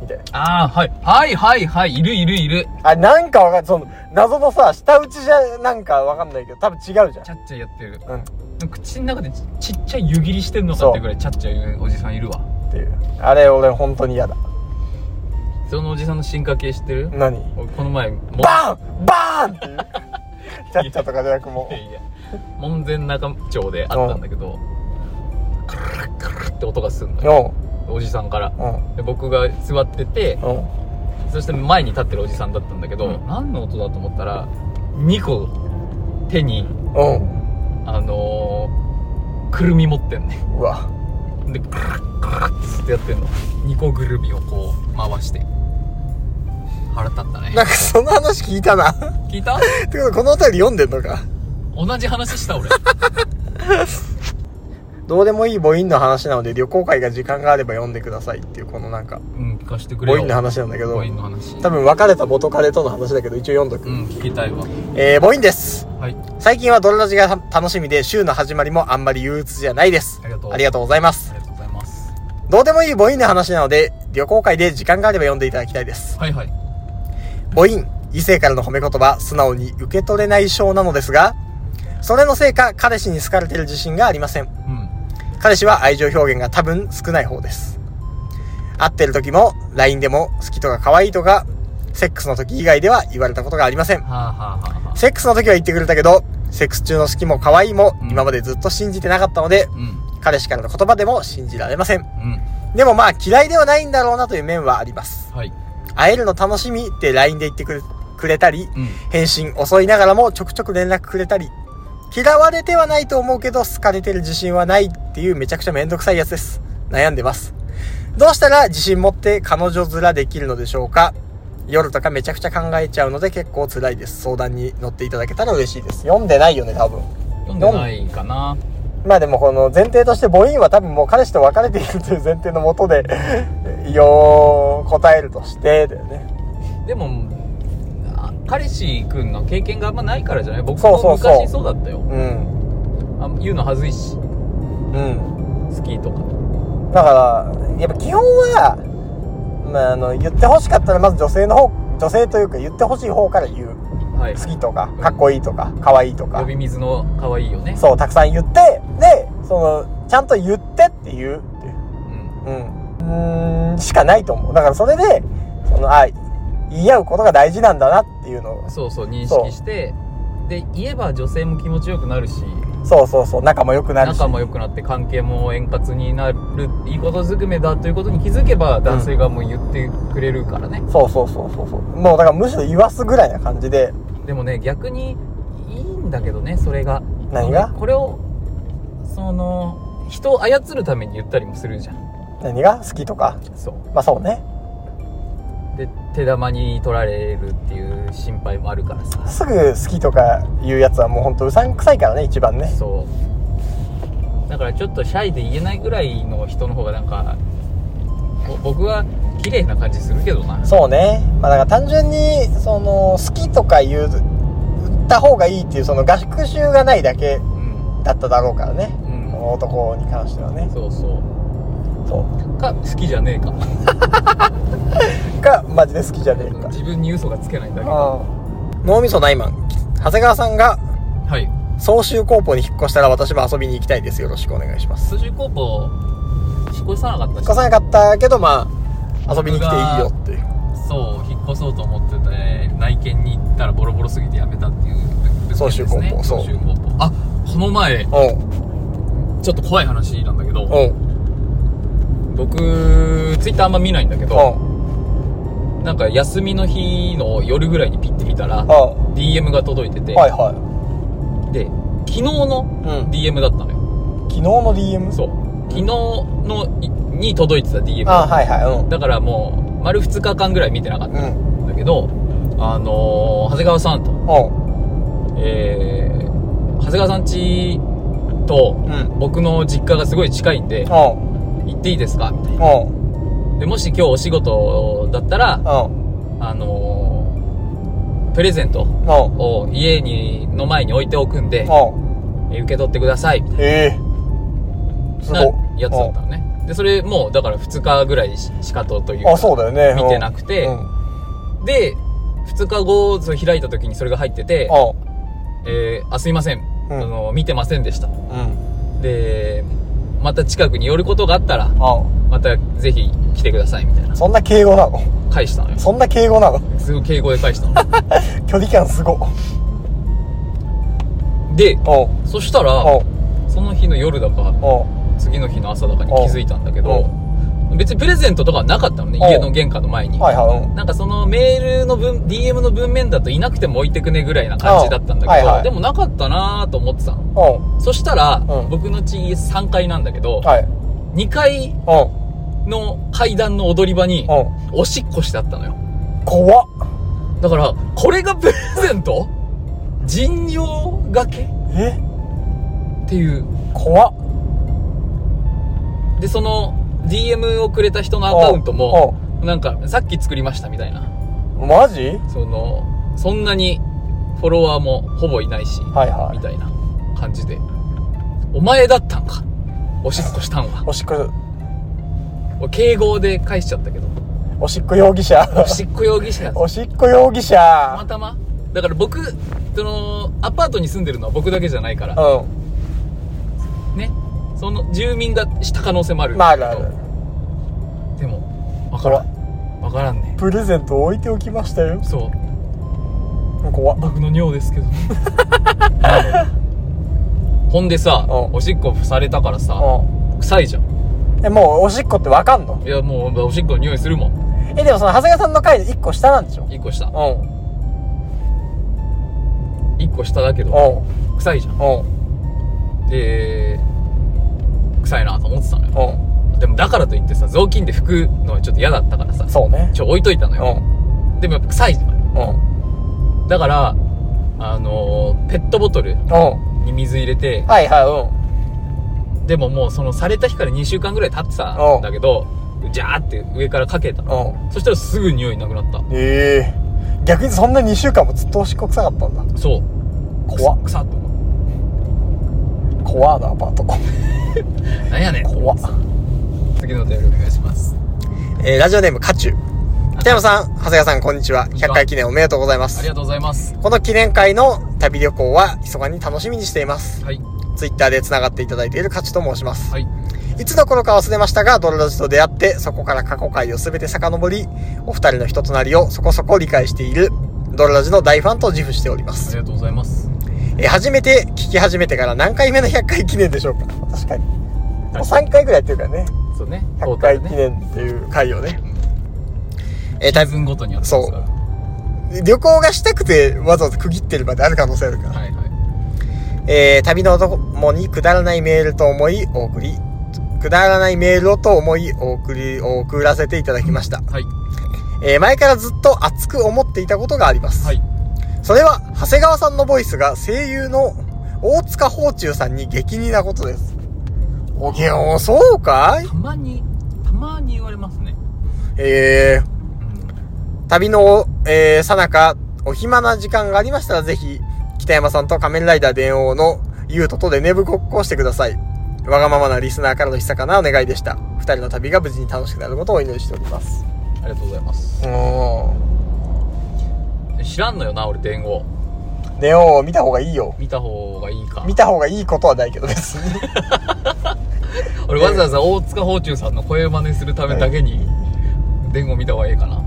みたいな。
ああはいはいはいはいいるいるいる
あ、なんかわかんその、謎のさ、下打ちじゃなんかわかんないけど、多分違うじゃん。
ちゃっちゃやってる
うん。っ
口の中でちちっちゃい湯切りしてんのかってぐらいちゃっちゃいうおじさんいるわ
ていう。あれ俺本当に嫌だ。
そのおじさんの進化系知ってる、
何
俺この前も
バーンバーンって いう。ちゃっちゃとかじゃなくも
いやいや門前仲町で会ったんだけどカラッカラッって音がするの
う。
よ
う
おじさんから
ん。うん。
で僕が座ってて
うん。
そして前に立ってるおじさんだったんだけど、
うん
何の音だと思ったら2個手に
うん。
あのーくるみ持ってんね
うわ。
でカラッカラッってやってんの2個ぐるみをこう回して腹立ったね
なんかその話聞いたな。 っ
聞い た
てことはこのお便り読んでんのか。
同じ話した俺
どうでもいい母音の話なので旅行会が時間があれば読んでくださいっていうこのなんか
うん聞かせてくれ
母
よ
音の話なんだけ
母
ど
音の話
多分別れた元彼との話だけど一応読んどく、
うん聞きたいわ
えー、母音です
はい
最近はドロラジが楽しみで週の始まりもあんまり憂鬱じゃないです
ありがとう
ありがとうございま
あ
す
りがとうございます
どうでもいい母音の話なので旅行会で時間があれば読んでいただきたいです
はいはい
母音異性からの褒め言葉素直に受け取れない性なのですがそれのせいか彼氏に好かれてる自信がありません
うん
彼氏は愛情表現が多分少ない方です会ってる時も LINE でも好きとか可愛いとかセックスの時以外では言われたことがありません
はあはあはあはあ
セックスの時は言ってくれたけどセックス中の好きも可愛いも
うん
今までずっと信じてなかったので
うん
彼氏からの言葉でも信じられません
うん
でもまあ嫌いではないんだろうなという面はあります
はい
会えるの楽しみって LINE で言ってくれくれたり
うん
返信遅いながらもちょくちょく連絡くれたり嫌われてはないと思うけど好かれてる自信はないっていうめちゃくちゃめんどくさいやつです悩んでますどうしたら自信持って彼女面できるのでしょうか夜とかめちゃくちゃ考えちゃうので結構辛いです相談に乗っていただけたら嬉しいです読んでないよね多分
読んでないかな
まあでもこの前提として母音は多分もう彼氏と別れているという前提のもとで よう答えるとしてだよね
でもあ彼氏くんの経験があんまないからじゃない僕
そうそ
も
うそう
昔そうだったよ
うん
あ言うの恥ずいし
うん
スキーとか
だからやっぱ基本は、まあ、あの言ってほしかったらまず女性の方女性というか言ってほしい方から言う
はい
好きとかかっこいいとか可愛いと
呼
か
び水の可愛いよね
そうたくさん言ってでそのちゃんと言ってって言うっていう
うん
うんうーんしかないと思うだからそれでそのあ言い合うことが大事なんだなっていうのを
そうそう認
そう
識してで言えば女性も気持ちよくなるし
そうそうそう仲も良くなるし
仲も良くなって関係も円滑になるいいことずくめだということに気づけば男性がもう言ってくれるからね、
そうそうそうそうそうもうだからむしろ言わすぐらいな感じで
でもね逆にいいんだけどねそれが
何が
これをその人を操るために言ったりもするじゃん
何が好きとか
そう
まあそうね
で手玉に取られるっていう心配もあるからさ
すぐ好きとか言うやつはもうほんとうさんくさいからね一番ね
そうだからちょっとシャイで言えないぐらいの人の方がなんかぼ僕は綺麗な感じするけどな
そうねまあだから単純にその好きとか言う言った方がいいっていうその合宿習がないだけ
うん
だっただろうからね
う
こ
ん
の男に関してはね
そうそう
そう
か好きじゃねえ か
がマジで好きじゃねえか
自分に嘘がつけないだけは
うん脳みそないマン長谷川さんが
い
総集高校に引っ越したら私も遊びに行きたいですよろしくお願いします
数字高校引っ越さなかった
引っ越さなかったけどまあ遊びに来ていいよっていう
そう引っ越そうと思ってて内見に行ったらボロボロすぎてやめたっていう
総集高校
物件です
そう
総集高校あこの前
う
ちょっと怖い話なんだけ
んう
ど
ん
僕ツイッターあんま見ないんだけどなんか休みの日の夜ぐらいにピッて見たら
うん
DM が届いてて、
うんはいは
で昨日の
いうん
DM だったのよ
昨日の DM?
そう昨日のいに届いてた DM
あはいは
だからもう丸2日間ぐらい見てなかっ
いうんう
た
ん
んだけど、あのー長谷川さんと
う
えー、長谷川さん家と
んうん
僕の実家がすごい近いんで
うん
行っていいですかみたい
うん
なでもし今日お仕事だったら
うん
あのープレゼント
うん
を家にの前に置いておくんで、
うん
えー受け取ってくださいみ
ええす
た
ご
い
い
なやつだったのねでそれもうだから2日ぐらいししかとという
うん
か
あそうだよね
見てなくて
うんうん
で2日後それ開いた時にそれが入ってて「えーあすいません、
うん
あの見てませんでした」
うん
でまた近くに寄ることがあったら
うん
またぜひ来てくださいみたいな
そんな敬語なの
返したのよ
そんな敬語なの
すごい敬語で返した の
距離感すご
で
うん
そしたら
うん
その日の夜だか
うん
次の日の朝だかに気づいたんだけど別にプレゼントとかはなかったのね
お
家の玄関の前に
はいはいうん
なんかそのメールの文 DM の文面だといなくても置いてくねぐらいな感じだったんだけど、
はいはい
でもなかったなーと思ってたの
うん
そしたら、
うん
僕の家3階なんだけど、
はい
2階
うん
の階段の踊り場に
うん
おしっこしてあったのよ
怖っ
だから、これがプレゼント 人用掛けっ
え
ていう。
怖っ
でその DM をくれた人のアカウントも
お
なんかさっき作りましたみたいな
マジ
そのそんなにフォロワーもほぼいないし、
はいは
み
い
たいな感じで「お前だったんかおしっこしたんは
おしっこ
俺敬語で返しちゃったけど
おしっこ容疑者
おしっこ容疑者やつ
おしっこ容疑
たま
者
たまだから僕そのアパートに住んでるのは僕だけじゃないから
う
ねその住民がした可能性もある
んまああるある
でも分からん分からんね
プレゼントを置いておきましたよ
そう
怖っ
僕の尿ですけ どほんでさ
うん
おしっこされたからさ
う
臭いじゃん
んえもうおしっこってわかんの
いやもうおしっこの匂いするもん
えでもその長谷川さんの回で1個下なんでしょ
1個下
うん
1個下だけど
うん
臭いじゃん
うん
で臭いなと思ってたのよ
うん
でもだからといってさ雑巾で拭くのはちょっと嫌だったからさ
そうね
ちょ置いといたの
う
よ
ん
でもやっぱ臭いじゃん
うん
だからあのーペットボトル
うん
に水入れて
はいは
でももうそのされた日から2週間ぐらい経ってたんだけどジャーって上からかけた
い
の
うんうん
そしたらすぐ匂いなくなった
ええ逆にそんな2週間もずっとおしっこ臭かったんだ
そう
怖っ
くさっと思
怖なアパート
ってなんやねん
怖っ
次のお便りお願いします
えーラジオネームカチュ北山さん長谷川さんこんにちは
んにちは
100回記念おめでとうございま
あり
す
がとうございます
この記念会の旅旅行は密かに楽しみにしています
はい
ツイッターで繋がっていただいているカチュと申します、
はい
い、つの頃か忘れましたがドロラジと出会ってそこから過去回を全て遡りお二人の人となりをそこそこ理解しているドロラジの大ファンと自負しておりま
あり
す、
がとうございます
えー初めて聞き始めてから何回目の100回記念でしょうか確かにもう3回ぐらいやってるからね
そうねト
100
ータ
回
ル
記
ね
念っていう回をねえー、
シ
多
ー
分
ズンごとにやってますからは
旅行がしたくてわざわざ区切ってるまである可能性あるから、
いはい
えー、旅のお供にくだらないメールと思いお送りくだらないメールをと思いお送りお送らせていただきました、
はい
えー、前からずっと熱く思っていたことがあります、
はい
それは長谷川さんのボイスが声優の大塚芳忠さんに激似なことですおげおそうかい
たまにたまに言われますね
えー、
うん
旅の、えー、さなか、お暇な時間がありましたら、ぜひ、北山さんと仮面ライダー電王のユートとでネブごっこをしてください。わがままなリスナーからのひさかなお願いでした。二人の旅が無事に楽しくなることをお祈りしております。
ありがとうございます
うん。
知らんのよな俺伝言
電王を見た方がいいよ。
見た方がいいか
見た方がいいことはないけど、別に。
俺わざわざ大塚芳忠さんの声を真似するためだけに伝言見た方がいいかな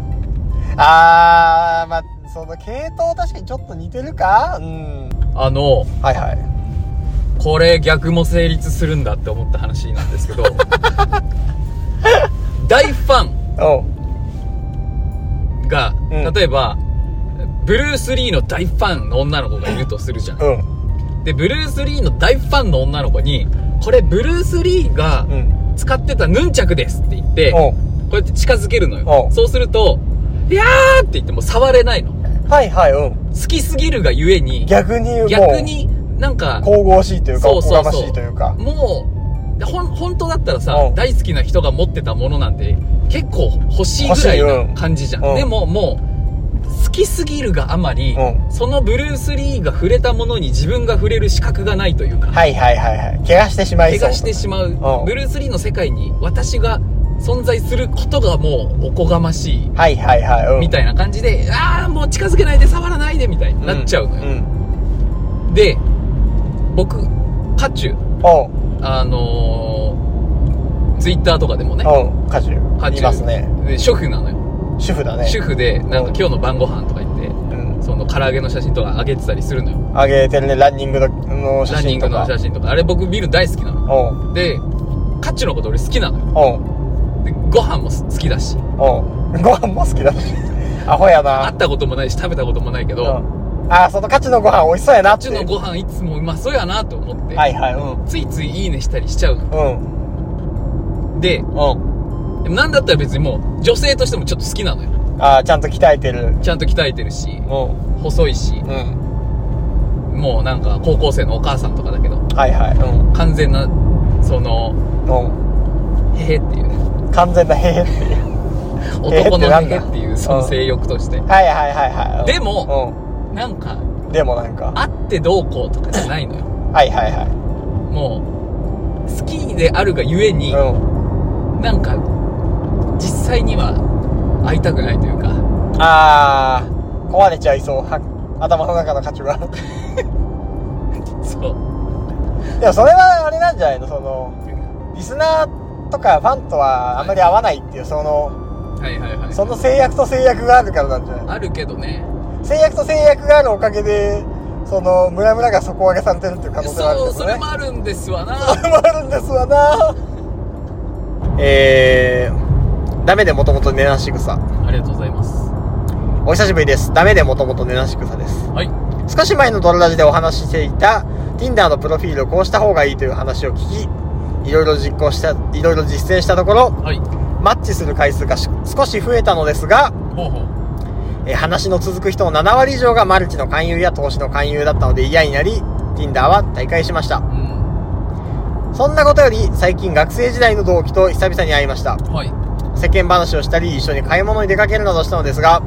あー、まあ、その系統確かにちょっと似てるかうん。
あ
は
の
いはい。
これ逆も成立するんだって思った話なんで すけど大ファン
おう
が、
うん
例えばブルース・リーの大ファンの女の子がいるとするじゃん、
うん。
でブルース・リーの大ファンの女の子にこれブルース・リーが
うん。
使ってたヌンチャクですって言って、
お
こ
う
うやって近づけるのよ
お
そうすると「いやー!」って言っても触れないの
はいはい、うん。
好きすぎるがゆえに
逆に、もう、
逆になんか
神々しいというか、
そう
おこ
そうそう
がましいというか。
もうほん本当だったらさ、
うん
大好きな人が持ってたものなんで結構欲しいぐらい
欲しい
の
うん
感じじゃん、
うん
でももう好きすぎるがあまり、
う
そのブルース・リーが触れたものに自分が触れる資格がないというか、
はいはいはいはい。怪我してしまい
怪
そう。
我してしまう、
ん
ブルース・リーの世界に私が存在することがもうおこがましい
はいはいはい。うん、
みたいな感じで、ああもう近づけないで触らないでみたいになっちゃうのよ、
ん。
で僕渦中
おう
あのー、ツイッターとかでもね、
おう家事。
家事
いますね。
で主婦なのよ。
主婦だね。
主婦で、なん
う
か
ん
今日の晩ご飯とか言って、
うん。
その唐揚げの写真とか上げてたりするのよ。
あげてるね、ランニングのの
ラ
写
ンニ
真
ング
と
の
か。
写真とか。あれ僕見るの大好きなの。
おう
で、カッチュのこと俺好きなのよ。
おう
で、ご飯も好きだし、
おうご飯も好きだし。アホやな。
会ったこともないし食べたこともないけ
う
ど、
んあ、その家事のご飯美味しそうやな
カッ
って。
チュのご飯いつもうまそうやなと思って、
はいはい、う
ついついいいねしたりしちゃうの。
ん。うん。
で、
うん。
でもなんだったら別にもう女性としてもちょっと好きなのよ。
あちゃんと鍛えてる。
ちゃんと鍛えてるし、
うん。
細いし、
うん。
もうなんか高校生のお母さんとかだけど、
はいはい。うん。
完全なその
うん。
へへっていうね
完全なへへっていう
男の
なん
へへ
だ
っていうその性欲として
はいはいはいはい
でも、なんか
うんでもなんか
会ってどうこうとかじゃないのよ
はいはいは
もう好きであるがゆえ
い
に、
うん
なんか実際には会いたくないというか
あー壊れちゃいそうは頭の中の価値は
そう
でもそれはあれなんじゃないのそのリスナーとかファンとはあんまり合わないっていうその
はいはいはい
その制約と制約があるからなんじゃない
あるけどね
制約と制約があるおかげでそのムラムラが底上げされてるっていう可能性はあるけ
そう
ど
そ
ね
れもあるんですわな
それ もあるんですわなえー、ダメでもともと寝なし草
ありがとうございます
お久しぶりですダメでもともと寝なし草です
はい
少し前のドララジでお話ししていた Tinder のプロフィールをこうした方がいいという話を聞きいろいろ実行したいろいろ実践したところ
はい
マッチする回数がし少し増えたのですが
ほうほう
えー話の続く人の7割以上がマルチの勧誘や投資の勧誘だったので嫌になり Tinder は退会しました
うん
そんなことより最近学生時代の同期と久々に会いました
はい
世間話をしたり一緒に買い物に出かけるなどしたのですが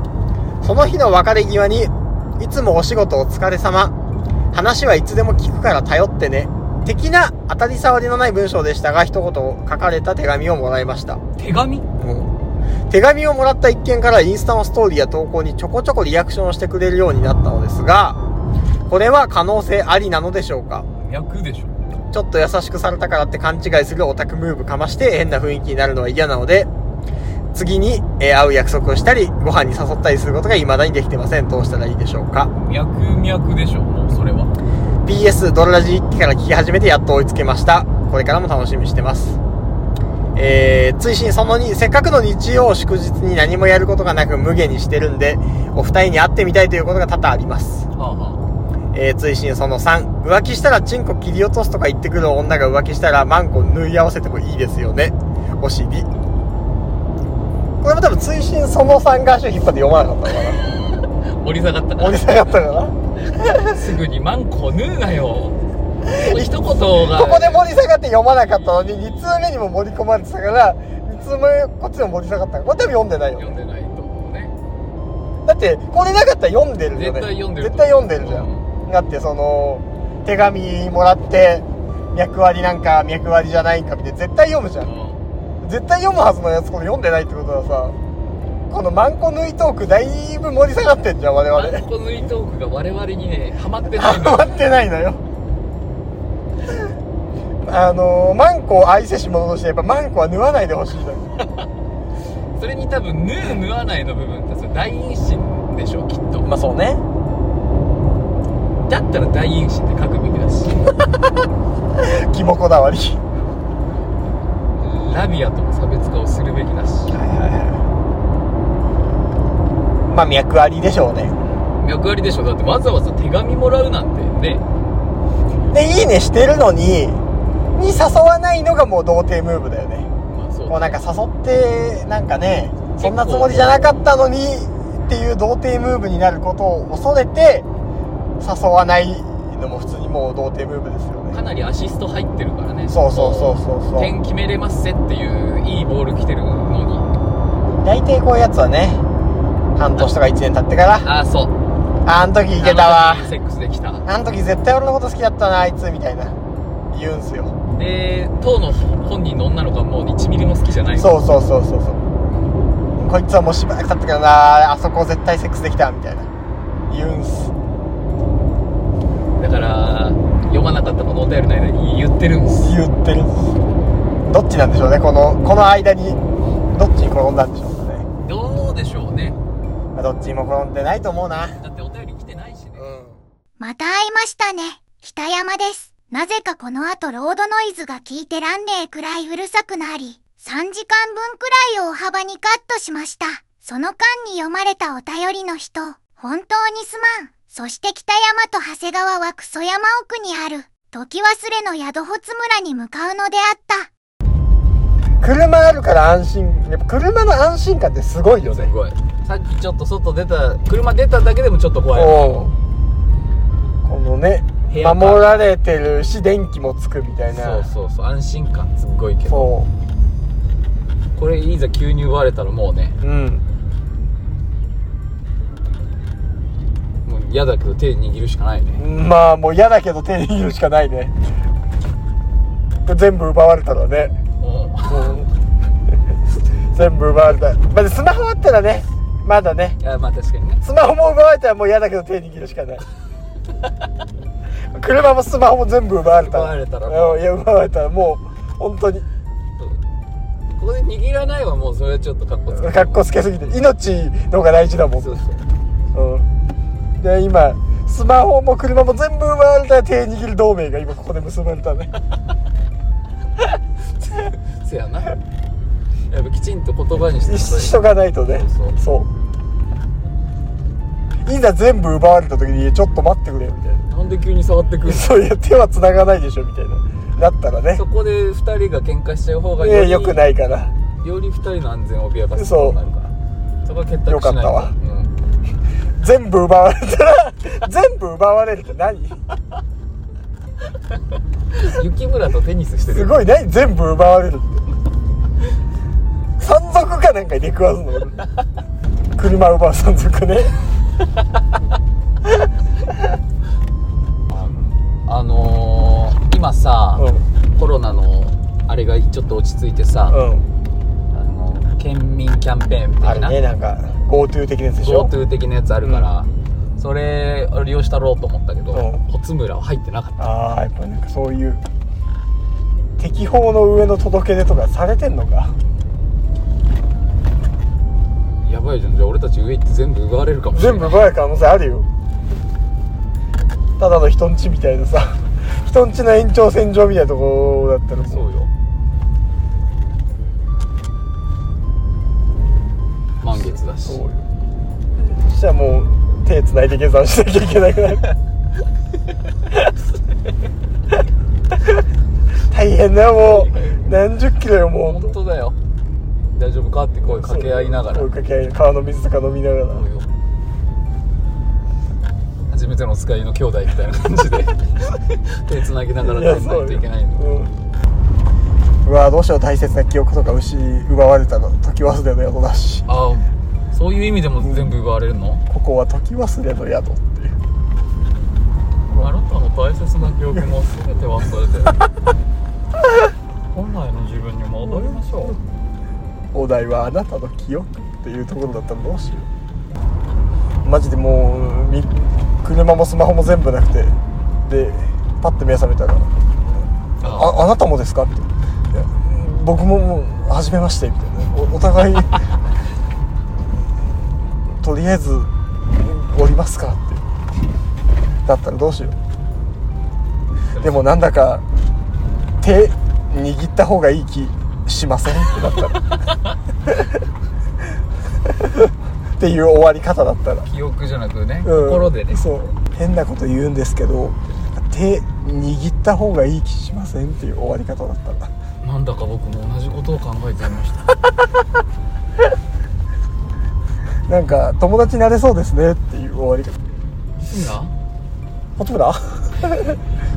その日の別れ際にいつもお仕事お疲れ様話はいつでも聞くから頼ってね的な当たり障りのない文章でしたが一言書かれた手紙をもらいました
手紙
手紙をもらった一件からインスタのストーリーや投稿にちょこちょこリアクションをしてくれるようになったのですがこれは可能性ありなのでしょうか
役でしょ
ちょっと優しくされたからって勘違いするオタクムーブかまして変な雰囲気になるのは嫌なので、次に、えー会う約束をしたり、ご飯に誘ったりすることが未だにできてません。どうしたらいいでしょうか。
脈々でしょもうそれは
PS、ドロラジ一期から聞き始めてやっと追いつけました。これからも楽しみにしてます。えー、追伸その2、せっかくの日曜祝日に何もやることがなく無限にしてるんで、お二人に会ってみたいということが多々あります。
はあは
えー、追伸その3浮気したらチンコ切り落とすとか言ってくる女が浮気したらマンコ縫い合わせてもいいですよねお尻これも多分追伸その3が足を引っ張って読まなかったのか
あ盛り下がった
な盛
か
り下がったのかな
らすぐにマンコ縫うなよその一言が
ここで盛り下がって読まなかったのに2通目にも盛り込まれてたから2通目こっちでも盛り下がったからこれ多分読んでないよ
読ん
ね
でないと思うね
だってこれなかったら読んでるよね
絶対読んでる
絶対読んでるじゃん、だってその手紙もらって脈割りなんか脈割りじゃないんかみたいな絶対読むじゃん
う
絶対読むはずのやつこれ読んでないってことはさこのマンコ縫いトークだいぶ盛り下がってんじゃん我
んマン
々
コ縫いトークが我々に ねハマってないの
ハマってないのよあのー、マンコを愛せし者としてやっぱマンコは縫わないでほしいだろ
それに多分縫う縫わないの部分ってそれ大陰唇でしょきっと、
あそうね
だったら大陰唇って書くべきだし
キモこだわり
ラビアとの差別化をするべきだし
はいはいはいまあ脈ありでしょうね
脈ありでしょだってわざわざ手紙もらうなんてね
でいいねしてるのにに誘わないのがもう童貞ムーブだよね
まあそう
こうなんか誘ってなんかね
構
そんなつもりじゃなかったのにっていう童貞ムーブになることを恐れて誘わないのも普通にもう童貞ムーブですよ
か
ね
なりアシスト入ってるからね
そうそうそうそうそう
点決めれますせっていういいボール来てるのに
大体こういうやつはね半年とか1年経ってから
ああそう
あん時いけたわ
あの時セックスできた
あん時絶対俺のこと好きだったなあいつみたいな言うんすよ
で当の本人の女の子はもう1ミリも好きじゃない
そうそうそうそうそうこいつはもうしばらく経ったからなあそこ絶対セックスできたみたいな言うんす
だから読まなかったこのお便りの間に言ってるんです
言ってるどっちなんでしょうねこのこの間にどっちに転んだんでしょうかね
どうでしょうね
まあどっちにも転んでないと思うな
だってお便り来てないしね
う
また会いましたね。北山です。なぜかこの後ロードノイズが聞いてらんねえくらいうるさくなり、3時間分くらいを大幅にカットしました。その間に読まれたお便りの人、本当にすまん。そして北山と長谷川はクソ山奥にある、時忘れの宿穂津村に向かうのであった。
ん車あるから安心やっぱ車の安心感ってすごいよね
ごいさっきちょっと外出た車出ただけでもちょっと怖い
おこのね
部屋か
守られてるし電気もつくみたいな
そうそうそう安心感すっごいけど
そ
これいざ急に奪われたらもうね
うん
もう嫌だけど手握るしかないね
まあもう嫌だけど手に入れるしかないねこれ全部奪われたらね
おう
うん全部奪われたまあスマホあったらねまだね
いやまあ確かにね
スマホも奪われたらもう嫌だけど手握るしかない車もスマホも全部奪われた
奪われたらも
うんいや奪われたらもう本当に
ここで握らないはもうそれはちょっとかっこつ け
かっこつけすぎて命の方が大事だもん
そうそう
うんで今スマホも車も全部奪われたら手握る同盟が今ここで結ばれたね
せやなやっぱきちんと言葉にして
しとかないとね
そうそう
そういざ全部奪われた時にいや「ちょっと待ってくれ」みたい
なんで急に触ってくる
な「そういや手は繋がないでしょ」みたいななったらね
そこで2人が喧嘩しちゃう方が
い
よ
や
り
よくないから
より2人の安全を脅かすことになるからそこは結託しな
よ
いと
かったわ
うん
全部奪われたら 全部奪われるって何
雪村とテニスしてる
すごい何全部奪われるって山賊かなんかに出くわすの 車奪う山賊ね
あのー今さ、コロナのあれがちょっと落ち着いてさ、
うん
あの県民キャンペーンみ
あ
たい
れ
な
ねなんか GoTo 的なやつでしょ
GoTo 的なやつあるから、それを利用したろうと思ったけど、
うん
ホツムラは入ってなかった
ああやっぱなんかそういう適法の上の届け出とかされてんのか
やばいじゃんじゃあ俺たち上行って全部奪われるかもしれ
全
ない
部奪われる可能性あるよただの人んちみたいなさ 人んちの延長線上みたいなとこだったら
そううよ満月だし
そうよそしたらもう手つないで下山しなきゃいけなく なる大変だよもう何十キロよも
本
う
当だよ大丈夫かって声掛け合いながら
追掛け合い川の水とか飲みながら
そうよ初めてのお使いの兄弟みたいな感 じで手つなぎながら帰らないといけないの
う,、ん、うわどうしよう大切な記憶とか牛奪われたの時忘れの宿だし
ああそういう意味でも全部奪われるの、
ここは時忘れの宿っていう
あなたの大切な記憶も全て忘れてる本来の自分に戻りましょ
お題はあなたの記憶っていうところだったらどうしようマジでもうみ車もスマホも全部なくてでパッと目覚めたら「
うあ
ああなたもですか?」っていや「僕ももう初めまして」みたいなおお互い とりあえず降りますかってだったらどうしようでもなんだか手握った方がいい気しませんってなったらっていう終わり方だったら
記憶じゃなくね、
うん
心でね
そう変なこと言うんですけど手握った方がいい気しませんっていう終わり方だったら
なんだか僕も同じことを考えていました
なんか友達になれそうですねっていう終わり方
志村
松 村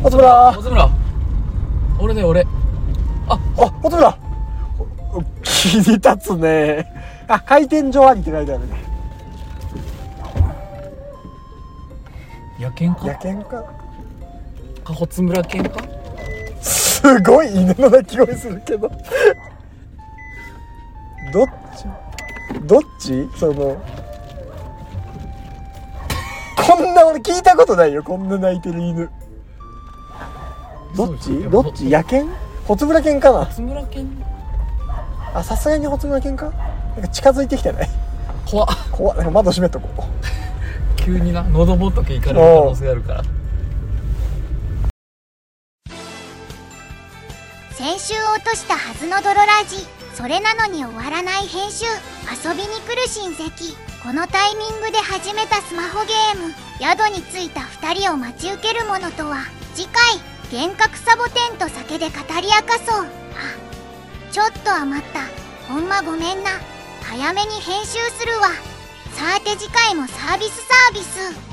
松村あ
松村俺だよ俺
松村お気に立つねあ回転場ありって書いてあるね
野犬か
野犬か
かほつむら犬か
すごい犬の鳴き声するけどどっちどっちそのこんな俺聞いたことないよこんな鳴いてる犬どっ
そうで
ち
すね
どっち野犬ホツブラ犬かな
ほつむら犬
あさすがにホツブラ犬かなんか近づいてきてない
怖っ
怖いなんか窓閉めとこう
急にな喉仏行かれる可能性あるから
先週落としたはずの泥ラジそれなのに終わらない編集遊びに来る親戚このタイミングで始めたスマホゲーム宿に着いた2人を待ち受けるものとは次回幻覚サボテンと酒で語り明かそうあちょっと余ったほんまごめんな早めに編集するわさーて次回もサービスサービス